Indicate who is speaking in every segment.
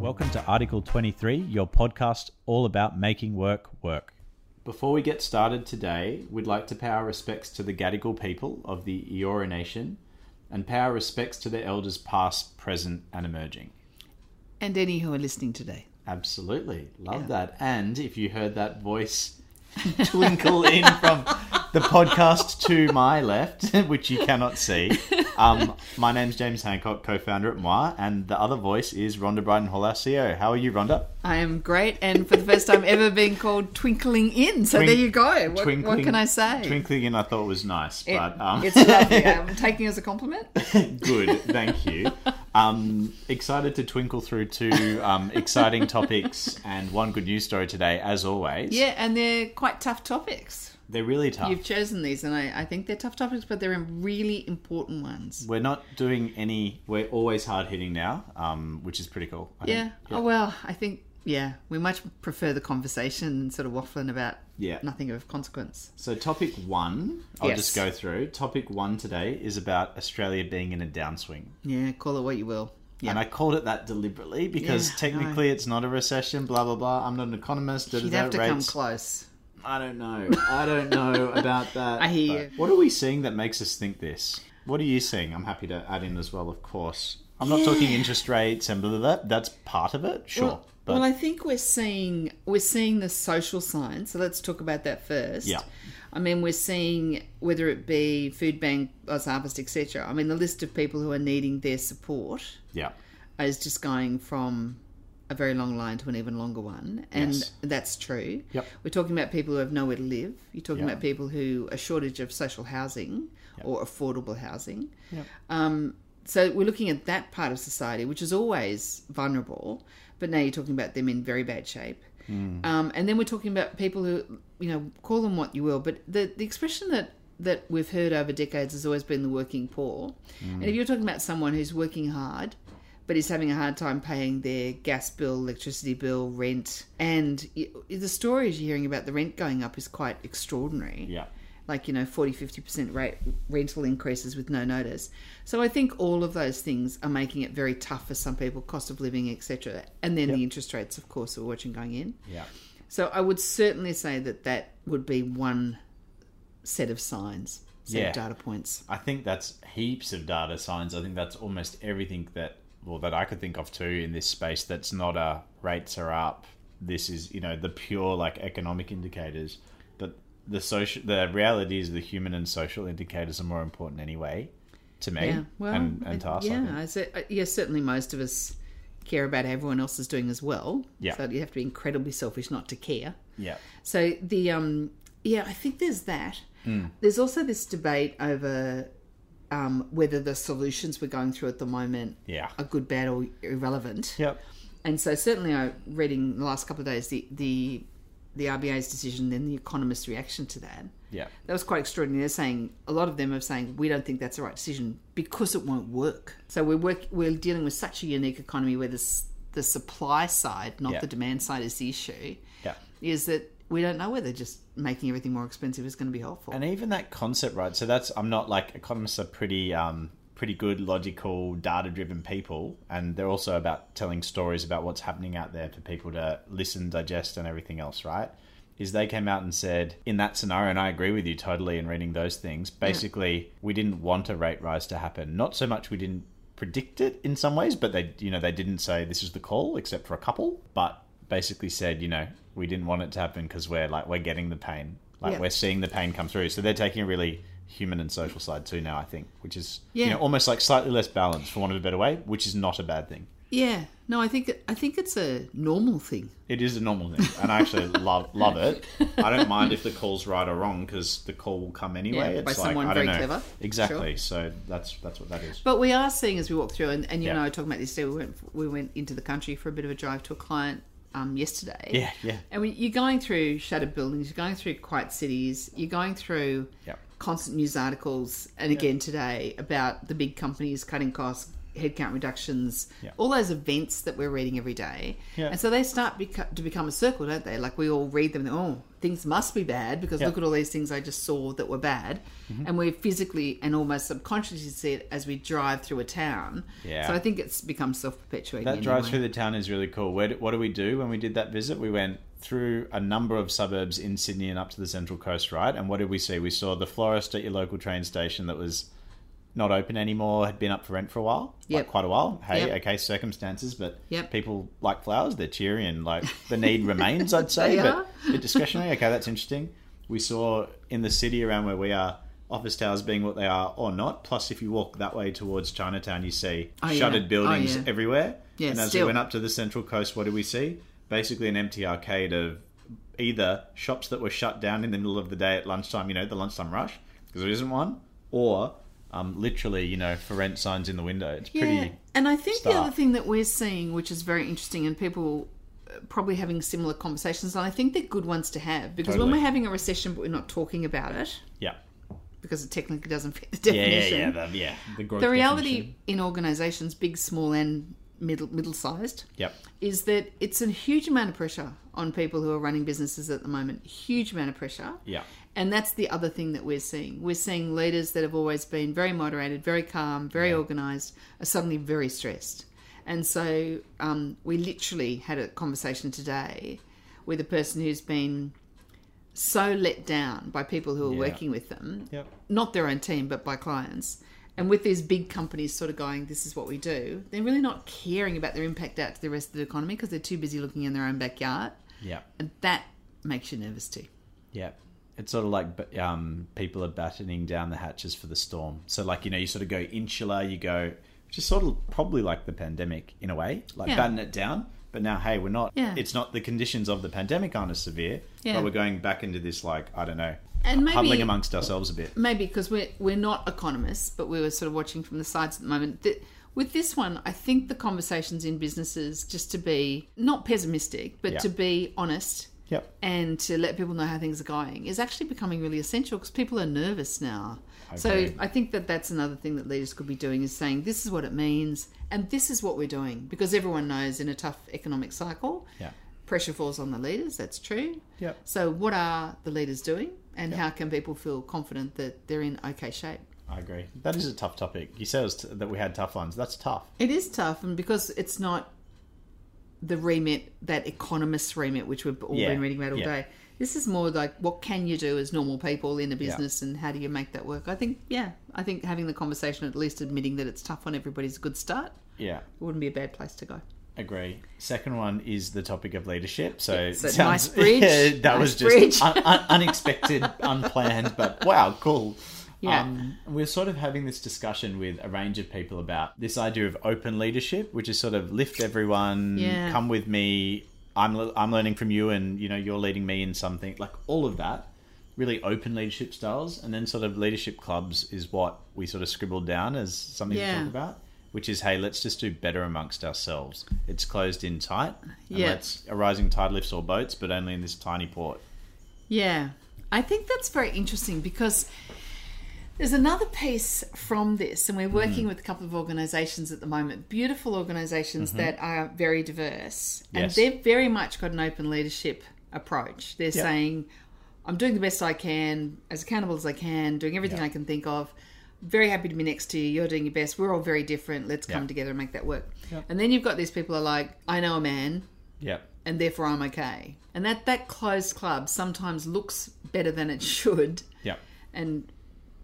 Speaker 1: welcome to Article 23, your podcast all about making work work. Before we get started today, we'd like to pay our respects to the Gadigal people of the Eora Nation and pay our respects to their elders past, present, and emerging.
Speaker 2: and any who are listening today.
Speaker 1: Absolutely. Love that. And if you heard that voice twinkle in from the podcast to my left, which you cannot see, um, my name's James Hancock, co founder at Moi, and the other voice is Rhonda Brighton Hall, our CEO. How are you, Rhonda?
Speaker 2: I am great, and for the first time ever being called Twinkling In. So
Speaker 1: Twink-
Speaker 2: there you go. What, what can I say?
Speaker 1: Twinkling in, I thought was nice,
Speaker 2: It-
Speaker 1: but um,
Speaker 2: it's lovely. I'm taking it as a compliment.
Speaker 1: good. Thank you. Um, excited to twinkle through two um, exciting topics and one good news story today, as always.
Speaker 2: Yeah, and they're quite tough topics.
Speaker 1: They're really tough.
Speaker 2: You've chosen these, and I, I think they're tough topics, but they're really important ones.
Speaker 1: We're not doing any. We're always hard hitting now, um, which is pretty cool. I
Speaker 2: Yeah.
Speaker 1: think.
Speaker 2: Oh, well, I think, yeah, we much prefer the conversation and sort of waffling about
Speaker 1: Yeah.
Speaker 2: nothing of consequence.
Speaker 1: So topic one, I'll
Speaker 2: Yes.
Speaker 1: just go through. Topic one today is about Australia being in a downswing,
Speaker 2: Yeah, call it what you will.
Speaker 1: and
Speaker 2: Yeah.
Speaker 1: I called it that deliberately because
Speaker 2: Yeah, I
Speaker 1: technically it's not a recession. Blah blah blah. I'm not an economist. Da, da,
Speaker 2: You'd
Speaker 1: da,
Speaker 2: have to come
Speaker 1: rates.
Speaker 2: close.
Speaker 1: I don't know. I don't know about that.
Speaker 2: I hear
Speaker 1: What are we seeing that makes us think this? What are you seeing? I'm happy to add in as well, of course. I'm not talking interest rates and blah blah. blah. That's part of it, sure.
Speaker 2: Well,
Speaker 1: but
Speaker 2: well, I think we're seeing we're seeing the social signs. So let's talk about that first.
Speaker 1: Yeah.
Speaker 2: I mean, we're seeing whether it be food bank, Oz Harvest, etc. I mean, the list of people who are needing their support
Speaker 1: yeah.
Speaker 2: is just going from a very long line to an even longer one, and
Speaker 1: Yes.
Speaker 2: that's true.
Speaker 1: Yep.
Speaker 2: We're talking about people who have nowhere to live. You're talking
Speaker 1: Yeah.
Speaker 2: about people who a shortage of social housing or affordable housing.
Speaker 1: Yep.
Speaker 2: Um, so we're looking at that part of society, which is always vulnerable, but now you're talking about them in very bad shape. Um, and then we're talking about people who, you know, call them what you will, but the, the expression that, that we've heard over decades has always been the working poor. And if you're talking about someone who's working hard, but is having a hard time paying their gas bill, electricity bill, rent, and y- the stories you're hearing about the rent going up is quite extraordinary
Speaker 1: Yeah.
Speaker 2: like you know 40 50% rate rental increases with no notice so i think all of those things are making it very tough for some people cost of living etc and then the interest rates of course we're watching going in
Speaker 1: Yeah.
Speaker 2: so i would certainly say that that would be one set of signs set
Speaker 1: Yeah.
Speaker 2: of data points
Speaker 1: I think that's heaps of data science. I think that's almost everything that well that I could think of too in this space that's not a rates are up. This is, you know, the pure like economic indicators. But the social the reality is the human and social indicators are more important anyway to me
Speaker 2: yeah well
Speaker 1: and, and to us. I
Speaker 2: yeah
Speaker 1: think.
Speaker 2: I se- uh, yeah certainly most of us care about how everyone else is doing as well
Speaker 1: Yeah.
Speaker 2: so you have to be incredibly selfish not to care
Speaker 1: Yeah.
Speaker 2: So the um yeah, I think there's that.
Speaker 1: Hmm.
Speaker 2: There's also this debate over um, whether the solutions we're going through at the moment
Speaker 1: Yeah.
Speaker 2: are good, bad, or irrelevant.
Speaker 1: Yep.
Speaker 2: And so certainly, I reading the last couple of days the the the RBA's decision, then the economist's reaction to that.
Speaker 1: Yeah.
Speaker 2: That was quite extraordinary. They're saying a lot of them are saying we don't think that's the right decision because it won't work. So we're work, we're dealing with such a unique economy where this the supply side, not
Speaker 1: Yeah.
Speaker 2: the demand side, is the issue
Speaker 1: Yeah.
Speaker 2: is that we don't know whether just making everything more expensive is going to be helpful.
Speaker 1: And even that concept, right? So that's I'm not like economists are pretty um, pretty good, logical, data driven people, and they're also about telling stories about what's happening out there for people to listen, digest, and everything else, right? Is they came out and said in that scenario, and I agree with you totally in reading those things. Basically, we didn't want a rate rise to happen. Not so much we didn't predict it in some ways, but they you know they didn't say this is the call, except for a couple, but basically said you know we didn't want it to happen because we're like we're getting the pain like
Speaker 2: Yeah.
Speaker 1: we're seeing the pain come through. So they're taking a really human and social side too now, I think, which is you
Speaker 2: Yeah.
Speaker 1: know almost like slightly less balanced for want of a better way, which is not a bad thing.
Speaker 2: yeah, no, I think I think it's a normal thing.
Speaker 1: It is a normal thing, and I actually love love it. I don't mind if the call's right or wrong because the call will come anyway.
Speaker 2: Yeah,
Speaker 1: it's
Speaker 2: by
Speaker 1: like
Speaker 2: someone
Speaker 1: I don't
Speaker 2: very
Speaker 1: know
Speaker 2: clever.
Speaker 1: exactly. So that's that's what that is.
Speaker 2: But we are seeing as we walk through, and, and you
Speaker 1: Yeah.
Speaker 2: know, talking about this day, we went we went into the country for a bit of a drive to a client um, yesterday.
Speaker 1: Yeah, yeah,
Speaker 2: And when you're going through shuttered buildings, you're going through quiet cities, you're going through
Speaker 1: Yep.
Speaker 2: constant news articles, and again today about the big companies cutting costs, headcount reductions,
Speaker 1: Yeah.
Speaker 2: all those events that we're reading every day.
Speaker 1: Yeah.
Speaker 2: And so they start beco- to become a circle, don't they? Like we all read them, and, oh, things must be bad because
Speaker 1: Yeah. Mm-hmm.
Speaker 2: look at all these things I just saw that were bad. And we physically and almost subconsciously see it as we drive through a town.
Speaker 1: Yeah.
Speaker 2: So I think it's become self perpetuating.
Speaker 1: That drive through the town is really cool. Where, what do we do when we did that visit? We went through a number of suburbs in Sydney and up to the Central Coast, right? And what did we see? We saw the florist at your local train station that was not open anymore, had been up for rent for a while,
Speaker 2: Yep.
Speaker 1: like quite a while. Hey,
Speaker 2: Yep.
Speaker 1: okay, circumstances, but
Speaker 2: Yep.
Speaker 1: people like flowers. They're cheery and like the need remains, I'd say,
Speaker 2: They
Speaker 1: but
Speaker 2: are.
Speaker 1: a bit discretionary. Okay, that's interesting. We saw in the city around where we are. Office towers being what they are or not. Plus, if you walk that way towards Chinatown, you see
Speaker 2: Oh, yeah.
Speaker 1: shuttered
Speaker 2: Oh,
Speaker 1: buildings
Speaker 2: yeah.
Speaker 1: everywhere.
Speaker 2: Yeah,
Speaker 1: and as we
Speaker 2: still.
Speaker 1: went up to the Central Coast, what did we see? Basically, an empty arcade of either shops that were shut down in the middle of the day at lunchtime, you know, the lunchtime rush, because there isn't one, or um, literally, you know, for rent signs in the window. It's pretty.
Speaker 2: and I think the
Speaker 1: stark.
Speaker 2: other thing that we're seeing, which is very interesting, and people uh, probably having similar conversations, and I think they're good ones to have because when
Speaker 1: Totally.
Speaker 2: we're having a recession but we're not talking about it
Speaker 1: Yeah.
Speaker 2: because it technically doesn't fit
Speaker 1: Yeah,
Speaker 2: the
Speaker 1: yeah,
Speaker 2: definition.
Speaker 1: yeah. The, yeah, the, growth
Speaker 2: the reality
Speaker 1: definition.
Speaker 2: in organisations, big, small, and middle middle sized,
Speaker 1: Yep.
Speaker 2: is that it's a huge amount of pressure on people who are running businesses at the moment. Huge amount of pressure.
Speaker 1: Yeah.
Speaker 2: And that's the other thing that we're seeing. We're seeing leaders that have always been very moderated, very calm, very organized, are suddenly very stressed. And so um, we literally had a conversation today with a person who's been so let down by people who are
Speaker 1: Yeah.
Speaker 2: working with them,
Speaker 1: Yep.
Speaker 2: not their own team, but by clients. And with these big companies sort of going, this is what we do, they're really not caring about their impact out to the rest of the economy because they're too busy looking in their own backyard.
Speaker 1: Yep.
Speaker 2: And that makes you nervous too.
Speaker 1: Yeah. It's sort of like b- um, people are battening down the hatches for the storm. So, like, you know, you sort of go insular, you go, which is sort of probably like the pandemic in a way, like
Speaker 2: Yeah.
Speaker 1: batten it down. But now, hey, we're not,
Speaker 2: Yeah.
Speaker 1: it's not the conditions of the pandemic aren't as severe,
Speaker 2: Yeah.
Speaker 1: but we're going back into this, like, I don't know,
Speaker 2: And maybe
Speaker 1: huddling amongst ourselves a bit.
Speaker 2: maybe because we're we're not economists, but we were sort of watching from the sides at the moment. Th with this one, I think the conversations in businesses just to be not pessimistic, but
Speaker 1: Yeah.
Speaker 2: to be honest
Speaker 1: Yep.
Speaker 2: and to let people know how things are going is actually becoming really essential because people are nervous now. so
Speaker 1: agree.
Speaker 2: I think that that's another thing that leaders could be doing is saying this is what it means and this is what we're doing because everyone knows in a tough economic cycle,
Speaker 1: Yeah.
Speaker 2: pressure falls on the leaders. That's true.
Speaker 1: Yep.
Speaker 2: So, what are the leaders doing, and how can people feel confident that they're in okay shape?
Speaker 1: I agree. That is a tough topic. You said it was t- that we had tough ones. That's tough.
Speaker 2: It is tough, and because it's not the remit that economists remit, which we've all
Speaker 1: Yeah,
Speaker 2: been reading about all
Speaker 1: yeah.
Speaker 2: day. This is more like what can you do as normal people in a business, and how do you make that work? I think, yeah, I think having the conversation, at least admitting that it's tough on everybody, is a good start.
Speaker 1: Yeah.
Speaker 2: It wouldn't be a bad place to go.
Speaker 1: Agree. Second one is the topic of leadership. So, it
Speaker 2: so nice
Speaker 1: that
Speaker 2: bridge, nice
Speaker 1: was
Speaker 2: bridge.
Speaker 1: just un- un- unexpected, unplanned, but wow, cool.
Speaker 2: Yeah.
Speaker 1: Um, we're sort of having this discussion with a range of people about this idea of open leadership, which is sort of lift everyone,
Speaker 2: Yeah.
Speaker 1: come with me. I'm le- I'm learning from you, and you know you're leading me in something like all of that. Really open leadership styles, and then sort of leadership clubs is what we sort of scribbled down as something to
Speaker 2: Yeah.
Speaker 1: talk about which is hey, let's just do better amongst ourselves. It's closed in tight. And
Speaker 2: Yeah.
Speaker 1: let's- a rising tide lifts all boats, but only in this tiny port.
Speaker 2: Yeah, I think that's very interesting because there's another piece from this, and we're
Speaker 1: Hmm.
Speaker 2: working with a couple of organisations at the moment, beautiful organisations that are very diverse,
Speaker 1: Mm-hmm. Yes.
Speaker 2: and they've very much got an open leadership approach. They're
Speaker 1: Yeah.
Speaker 2: saying, I'm doing the best I can, as accountable as I can, doing everything
Speaker 1: Yeah.
Speaker 2: I can think of. Very happy to be next to you. You're doing your best. We're all very different. Let's come
Speaker 1: Yeah.
Speaker 2: together and make that work.
Speaker 1: Yeah.
Speaker 2: And then you've got these people who are like, I know a man
Speaker 1: Yep.
Speaker 2: and therefore I'm okay. And that that closed club sometimes looks better than it should.
Speaker 1: Yep.
Speaker 2: And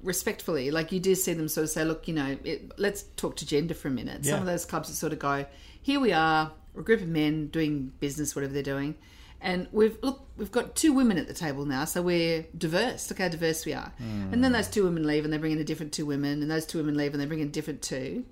Speaker 2: respectfully, like you do see them sort of say, look, you know, it, let's talk to gender for a minute. Some
Speaker 1: Yeah.
Speaker 2: of those clubs that sort of go, here we are, we're a group of men doing business, whatever they're doing. And we've look, we've got two women at the table now, so we're diverse. Look how diverse we are. And then those two women leave, and they bring in a different two women, and those two women leave, and they bring in different two.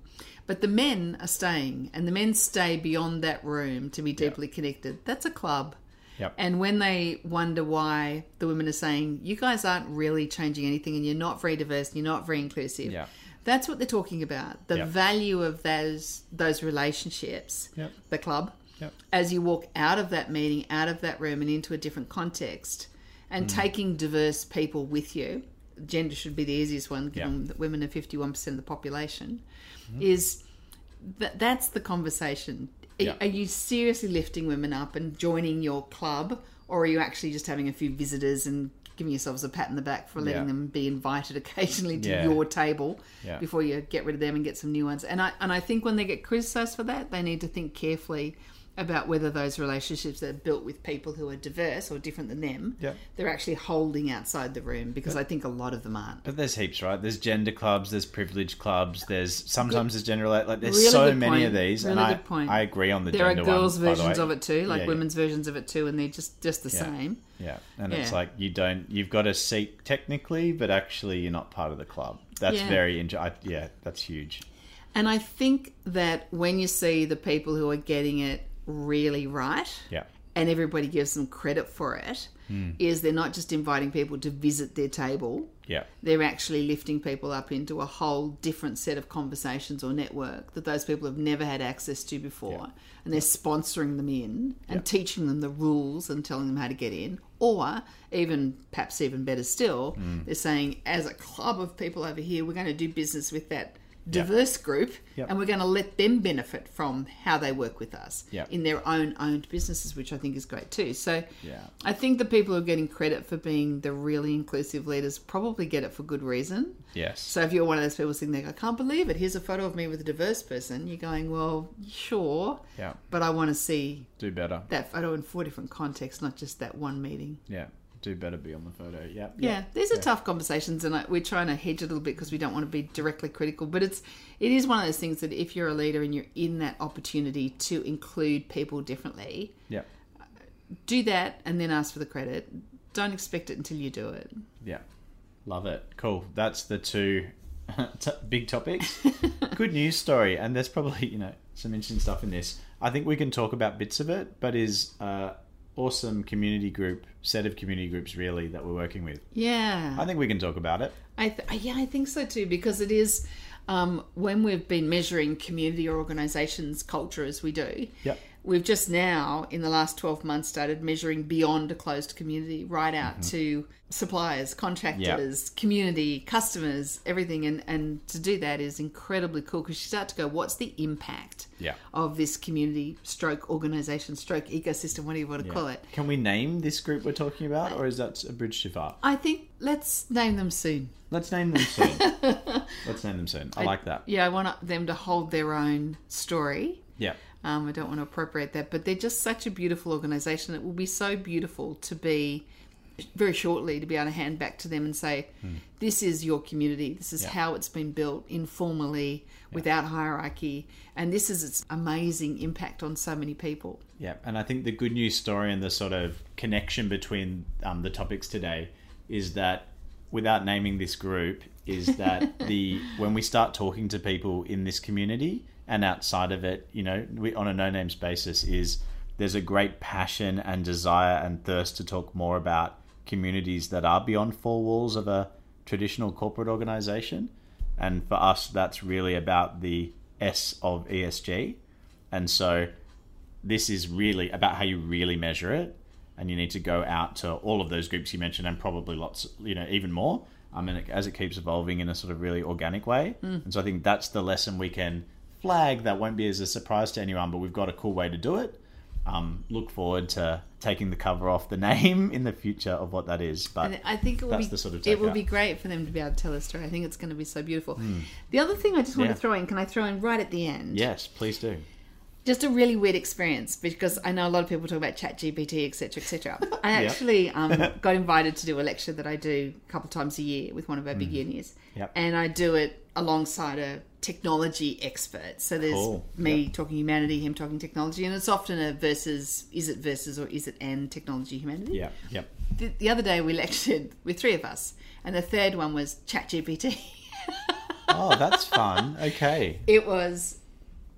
Speaker 2: But the men are staying, and the men stay beyond that room to be deeply connected. That's a club.
Speaker 1: Yep.
Speaker 2: And when they wonder why the women are saying, you guys aren't really changing anything and you're not very diverse and you're not very inclusive,
Speaker 1: Yeah.
Speaker 2: that's what they're talking about. The
Speaker 1: Yep.
Speaker 2: value of those those relationships,
Speaker 1: Yep.
Speaker 2: the club,
Speaker 1: Yep.
Speaker 2: as you walk out of that meeting, out of that room and into a different context
Speaker 1: Mm.
Speaker 2: and taking diverse people with you, gender should be the easiest one given
Speaker 1: Yeah. Mm-hmm.
Speaker 2: that women are 51% of the population, is th- that's the conversation. Are-
Speaker 1: Yeah.
Speaker 2: Are you seriously lifting women up and joining your club, or are you actually just having a few visitors and giving yourselves a pat in the back for letting
Speaker 1: Yeah.
Speaker 2: them be invited occasionally to
Speaker 1: Yeah.
Speaker 2: your table
Speaker 1: Yeah.
Speaker 2: before you get rid of them and get some new ones? And I and I think when they get criticised for that, they need to think carefully about whether those relationships that are built with people who are diverse or different than them,
Speaker 1: Yeah.
Speaker 2: they're actually holding outside the room because I think a lot of them aren't.
Speaker 1: But there's heaps, right? There's gender clubs, there's privilege clubs, there's sometimes there's gender like there's
Speaker 2: Really
Speaker 1: so
Speaker 2: good
Speaker 1: many of
Speaker 2: point.
Speaker 1: these, and
Speaker 2: Really
Speaker 1: I
Speaker 2: good point.
Speaker 1: I agree on the
Speaker 2: there are
Speaker 1: gender
Speaker 2: girls'
Speaker 1: one, by the
Speaker 2: versions
Speaker 1: way.
Speaker 2: of it too, like
Speaker 1: Yeah, yeah.
Speaker 2: women's versions of it too, and they're just just the
Speaker 1: Yeah.
Speaker 2: same.
Speaker 1: Yeah, and it's
Speaker 2: Yeah.
Speaker 1: like you don't you've got a seat technically, but actually you're not part of the club. That's
Speaker 2: Yeah.
Speaker 1: very int- I, yeah, that's huge.
Speaker 2: And I think that when you see the people who are getting it really right,
Speaker 1: Yeah,
Speaker 2: and everybody gives them credit for it,
Speaker 1: Hmm.
Speaker 2: is they're not just inviting people to visit their table.
Speaker 1: yeah,
Speaker 2: They're actually lifting people up into a whole different set of conversations or network that those people have never had access to before. And they're sponsoring them in and teaching them the rules and telling them how to get in. Or even, perhaps even better still, they're saying, as a club of people over here, we're going to do business with that diverse group
Speaker 1: Yep.
Speaker 2: and we're going to let them benefit from how they work with us
Speaker 1: Yep.
Speaker 2: in their own owned businesses, which I think is great too. So
Speaker 1: Yeah.
Speaker 2: I think the people who are getting credit for being the really inclusive leaders probably get it for good reason.
Speaker 1: yes,
Speaker 2: So if you're one of those people sitting there, I can't believe it. Here's a photo of me with a diverse person. You're going, well, sure,
Speaker 1: yeah,
Speaker 2: but I want to see
Speaker 1: do better.
Speaker 2: that photo in four different contexts, not just that one meeting.
Speaker 1: Yeah, do better be on the photo. Yeah,
Speaker 2: Yeah, these are tough conversations, and I, we're trying to hedge it a little bit because we don't want to be directly critical. But it's it is one of those things that if you're a leader and you're in that opportunity to include people differently,
Speaker 1: yeah,
Speaker 2: do that and then ask for the credit. Don't expect it until you do it.
Speaker 1: yeah. Love it. Cool. That's the two t- big topics. Good news story, and there's probably you know some interesting stuff in this. I think we can talk about bits of it, but is uh, awesome community group set of community groups really that we're working with.
Speaker 2: Yeah.
Speaker 1: I think we can talk about it.
Speaker 2: I th- I- yeah, I think so too because it is um, when we've been measuring community or organisations' culture as we do.
Speaker 1: Yep.
Speaker 2: We've just now, in the last 12 months, started measuring beyond a closed community, right out to suppliers, contractors, community, customers, everything. And, and to do that is incredibly cool because you start to go, what's the impact
Speaker 1: Yeah.
Speaker 2: of this community, stroke organisation, stroke ecosystem, whatever you want to call it?
Speaker 1: Can we name this group we're talking about, or is that a bridge too far?
Speaker 2: I think let's name them soon.
Speaker 1: Let's name them soon. Let's name them soon. I like that.
Speaker 2: Yeah, I want them to hold their own story.
Speaker 1: Yeah.
Speaker 2: Um, I don't want to appropriate that, but they're just such a beautiful organisation. It will be so beautiful to be very shortly to be able to hand back to them and say, "This is your community. This is
Speaker 1: Hmm. Yeah.
Speaker 2: how it's been built informally, without hierarchy, and this is its amazing impact on so many people."
Speaker 1: Yeah, and I think the good news story and the sort of connection between um, the topics today is that, without naming this group, is that the when we start talking to people in this community and outside of it, you know, we, on a no names basis, is there's a great passion and desire and thirst to talk more about communities that are beyond four walls of a traditional corporate organization, and for us, that's really about the S of ESG, and so this is really about how you really measure it and you need to go out to all of those groups you mentioned and probably lots you know even more i mean it- as it keeps evolving in a sort of really organic way
Speaker 2: Mm.
Speaker 1: and so i think that's the lesson we can flag that won't be as a surprise to anyone but we've got a cool way to do it um, look forward to taking the cover off the name in the future of what that is but
Speaker 2: And I think it will
Speaker 1: that's
Speaker 2: be
Speaker 1: the sort of
Speaker 2: it will
Speaker 1: takeout. Hmm.
Speaker 2: be great for them to be able to tell their story. I think it's going to be so beautiful. The other thing I just want
Speaker 1: Yeah.
Speaker 2: to throw in, can I throw in right at the end?
Speaker 1: yes please do
Speaker 2: just a really weird experience because I know a lot of people talk about chat GPT, etc., etc. I actually um, got invited to do a lecture that I do a couple times a year with one of our big unis,
Speaker 1: Mm. Yep.
Speaker 2: and I do it alongside a technology expert. So there's
Speaker 1: Cool.
Speaker 2: me talking humanity, him talking technology, and it's often a versus is it versus or is it and technology humanity
Speaker 1: yeah yeah
Speaker 2: the, the other day we lectured with three of us, and the third one was ChatGPT.
Speaker 1: oh that's fun okay
Speaker 2: It was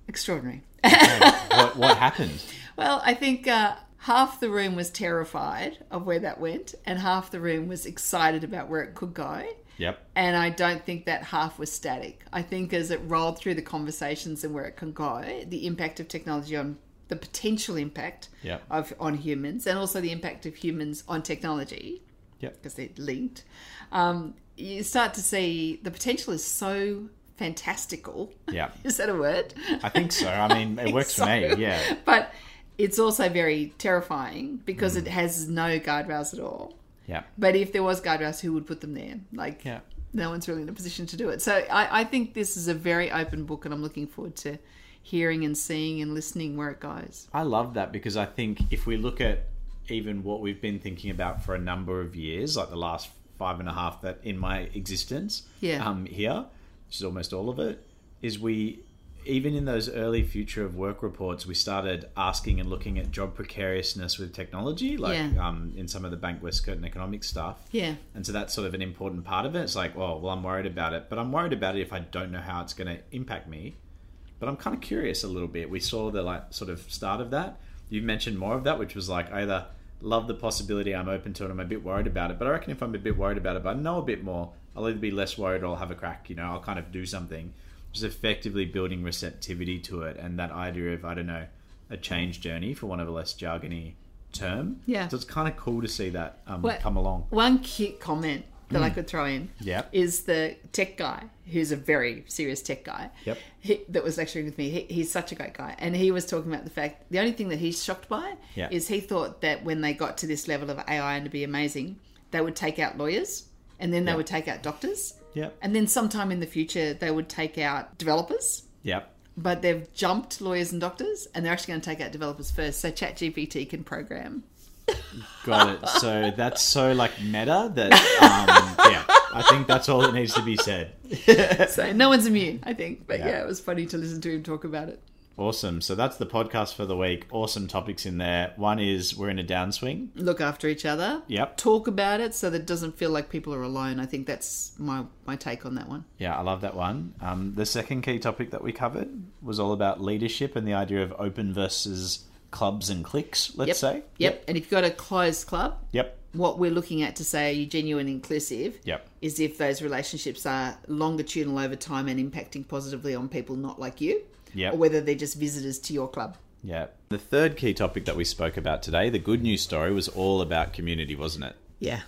Speaker 2: extraordinary.
Speaker 1: what, what happened
Speaker 2: Well, I think uh, half the room was terrified of where that went, and half the room was excited about where it could go.
Speaker 1: yep
Speaker 2: And I don't think that half was static. I think as it rolled through the conversations and where it can go, the impact of technology on the potential impact
Speaker 1: Yeah.
Speaker 2: of on humans, and also the impact of humans on technology,
Speaker 1: yep
Speaker 2: because they're linked, um, you start to see the potential is so fantastical.
Speaker 1: Yeah.
Speaker 2: Is that a word?
Speaker 1: I think so. I mean, it works for
Speaker 2: so.
Speaker 1: me. Yeah.
Speaker 2: But it's also very terrifying because it has no guardrails at all.
Speaker 1: Yeah.
Speaker 2: But if there was guardrails, who would put them there? Like,
Speaker 1: Yeah.
Speaker 2: no one's really in a position to do it. So I, I think this is a very open book, and I'm looking forward to hearing and seeing and listening where it goes.
Speaker 1: I love that because I think if we look at even what we've been thinking about for a number of years, like the last five and a half that in my existence,
Speaker 2: Yeah.
Speaker 1: um, here, which is almost all of it, is we even in those early future of work reports, we started asking and looking at job precariousness with technology, like
Speaker 2: Yeah.
Speaker 1: um, in some of the Bank West Curtin economic stuff.
Speaker 2: Yeah.
Speaker 1: And so that's sort of an important part of it. It's like, well, well, I'm worried about it, but I'm worried about it if I don't know how it's going to impact me. But I'm kind of curious a little bit. We saw the like sort of start of that. You mentioned more of that, which was like I either love the possibility, I'm open to it, I'm a bit worried about it. But I reckon if I'm a bit worried about it, but I know a bit more, I'll either be less worried or I'll have a crack. You know, I'll kind of do something. Just effectively building receptivity to it, and that idea of I don't know a change journey, for one of a less jargony term.
Speaker 2: Yeah.
Speaker 1: So it's kind of cool to see that um,
Speaker 2: Well-
Speaker 1: come along.
Speaker 2: One cute comment that
Speaker 1: Mm.
Speaker 2: I could throw in
Speaker 1: Yeah.
Speaker 2: is the tech guy, who's a very serious tech guy.
Speaker 1: Yep.
Speaker 2: He, that was lecturing with me. He, he's such a great guy, and he was talking about the fact the only thing that he's shocked by
Speaker 1: Yeah.
Speaker 2: is he thought that when they got to this level of AI and to be amazing, they would take out lawyers, and then they
Speaker 1: Yeah.
Speaker 2: would take out doctors,
Speaker 1: Yep.
Speaker 2: and then sometime in the future they would take out developers.
Speaker 1: Yep.
Speaker 2: But they've jumped lawyers and doctors, and they're actually going to take out developers first, so ChatGPT can program.
Speaker 1: Got it. So that's so like meta that um, yeah, I think that's all that needs to be said.
Speaker 2: So no one's immune, I think. But
Speaker 1: Yeah.
Speaker 2: yeah. it was funny to listen to him talk about it.
Speaker 1: Awesome. So that's the podcast for the week. Awesome topics in there. One is we're in a downswing.
Speaker 2: Look after each other.
Speaker 1: Yep.
Speaker 2: Talk about it so that it doesn't feel like people are alone. I think that's my my take on that one.
Speaker 1: Yeah, I love that one. Um, the second key topic that we covered was all about leadership and the idea of open versus clubs and cliques. Let's
Speaker 2: Yep.
Speaker 1: say.
Speaker 2: Yep. And if you've got a closed club,
Speaker 1: Yep.
Speaker 2: what we're looking at to say are you genuine and inclusive
Speaker 1: Yep.
Speaker 2: is if those relationships are longitudinal over time and impacting positively on people not like you.
Speaker 1: Yep.
Speaker 2: Or whether they're just visitors to your club.
Speaker 1: Yeah. The third key topic that we spoke about today, the good news story, was all about community, wasn't it?
Speaker 2: Yeah.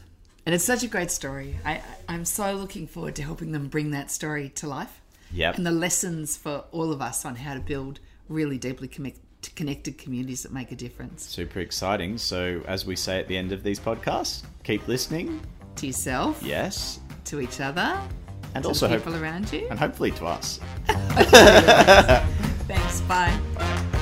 Speaker 2: And it's such a great story. I, I- I'm so looking forward to helping them bring that story to life.
Speaker 1: Yep.
Speaker 2: and the lessons for all of us on how to build really deeply connect, connected communities that make a difference
Speaker 1: Super exciting. So, as we say at the end of these podcasts, keep listening,
Speaker 2: to yourself,
Speaker 1: yes,
Speaker 2: to each other,
Speaker 1: and
Speaker 2: to
Speaker 1: also
Speaker 2: the
Speaker 1: hope,
Speaker 2: people around you.
Speaker 1: and hopefully to us.
Speaker 2: Thanks. Bye.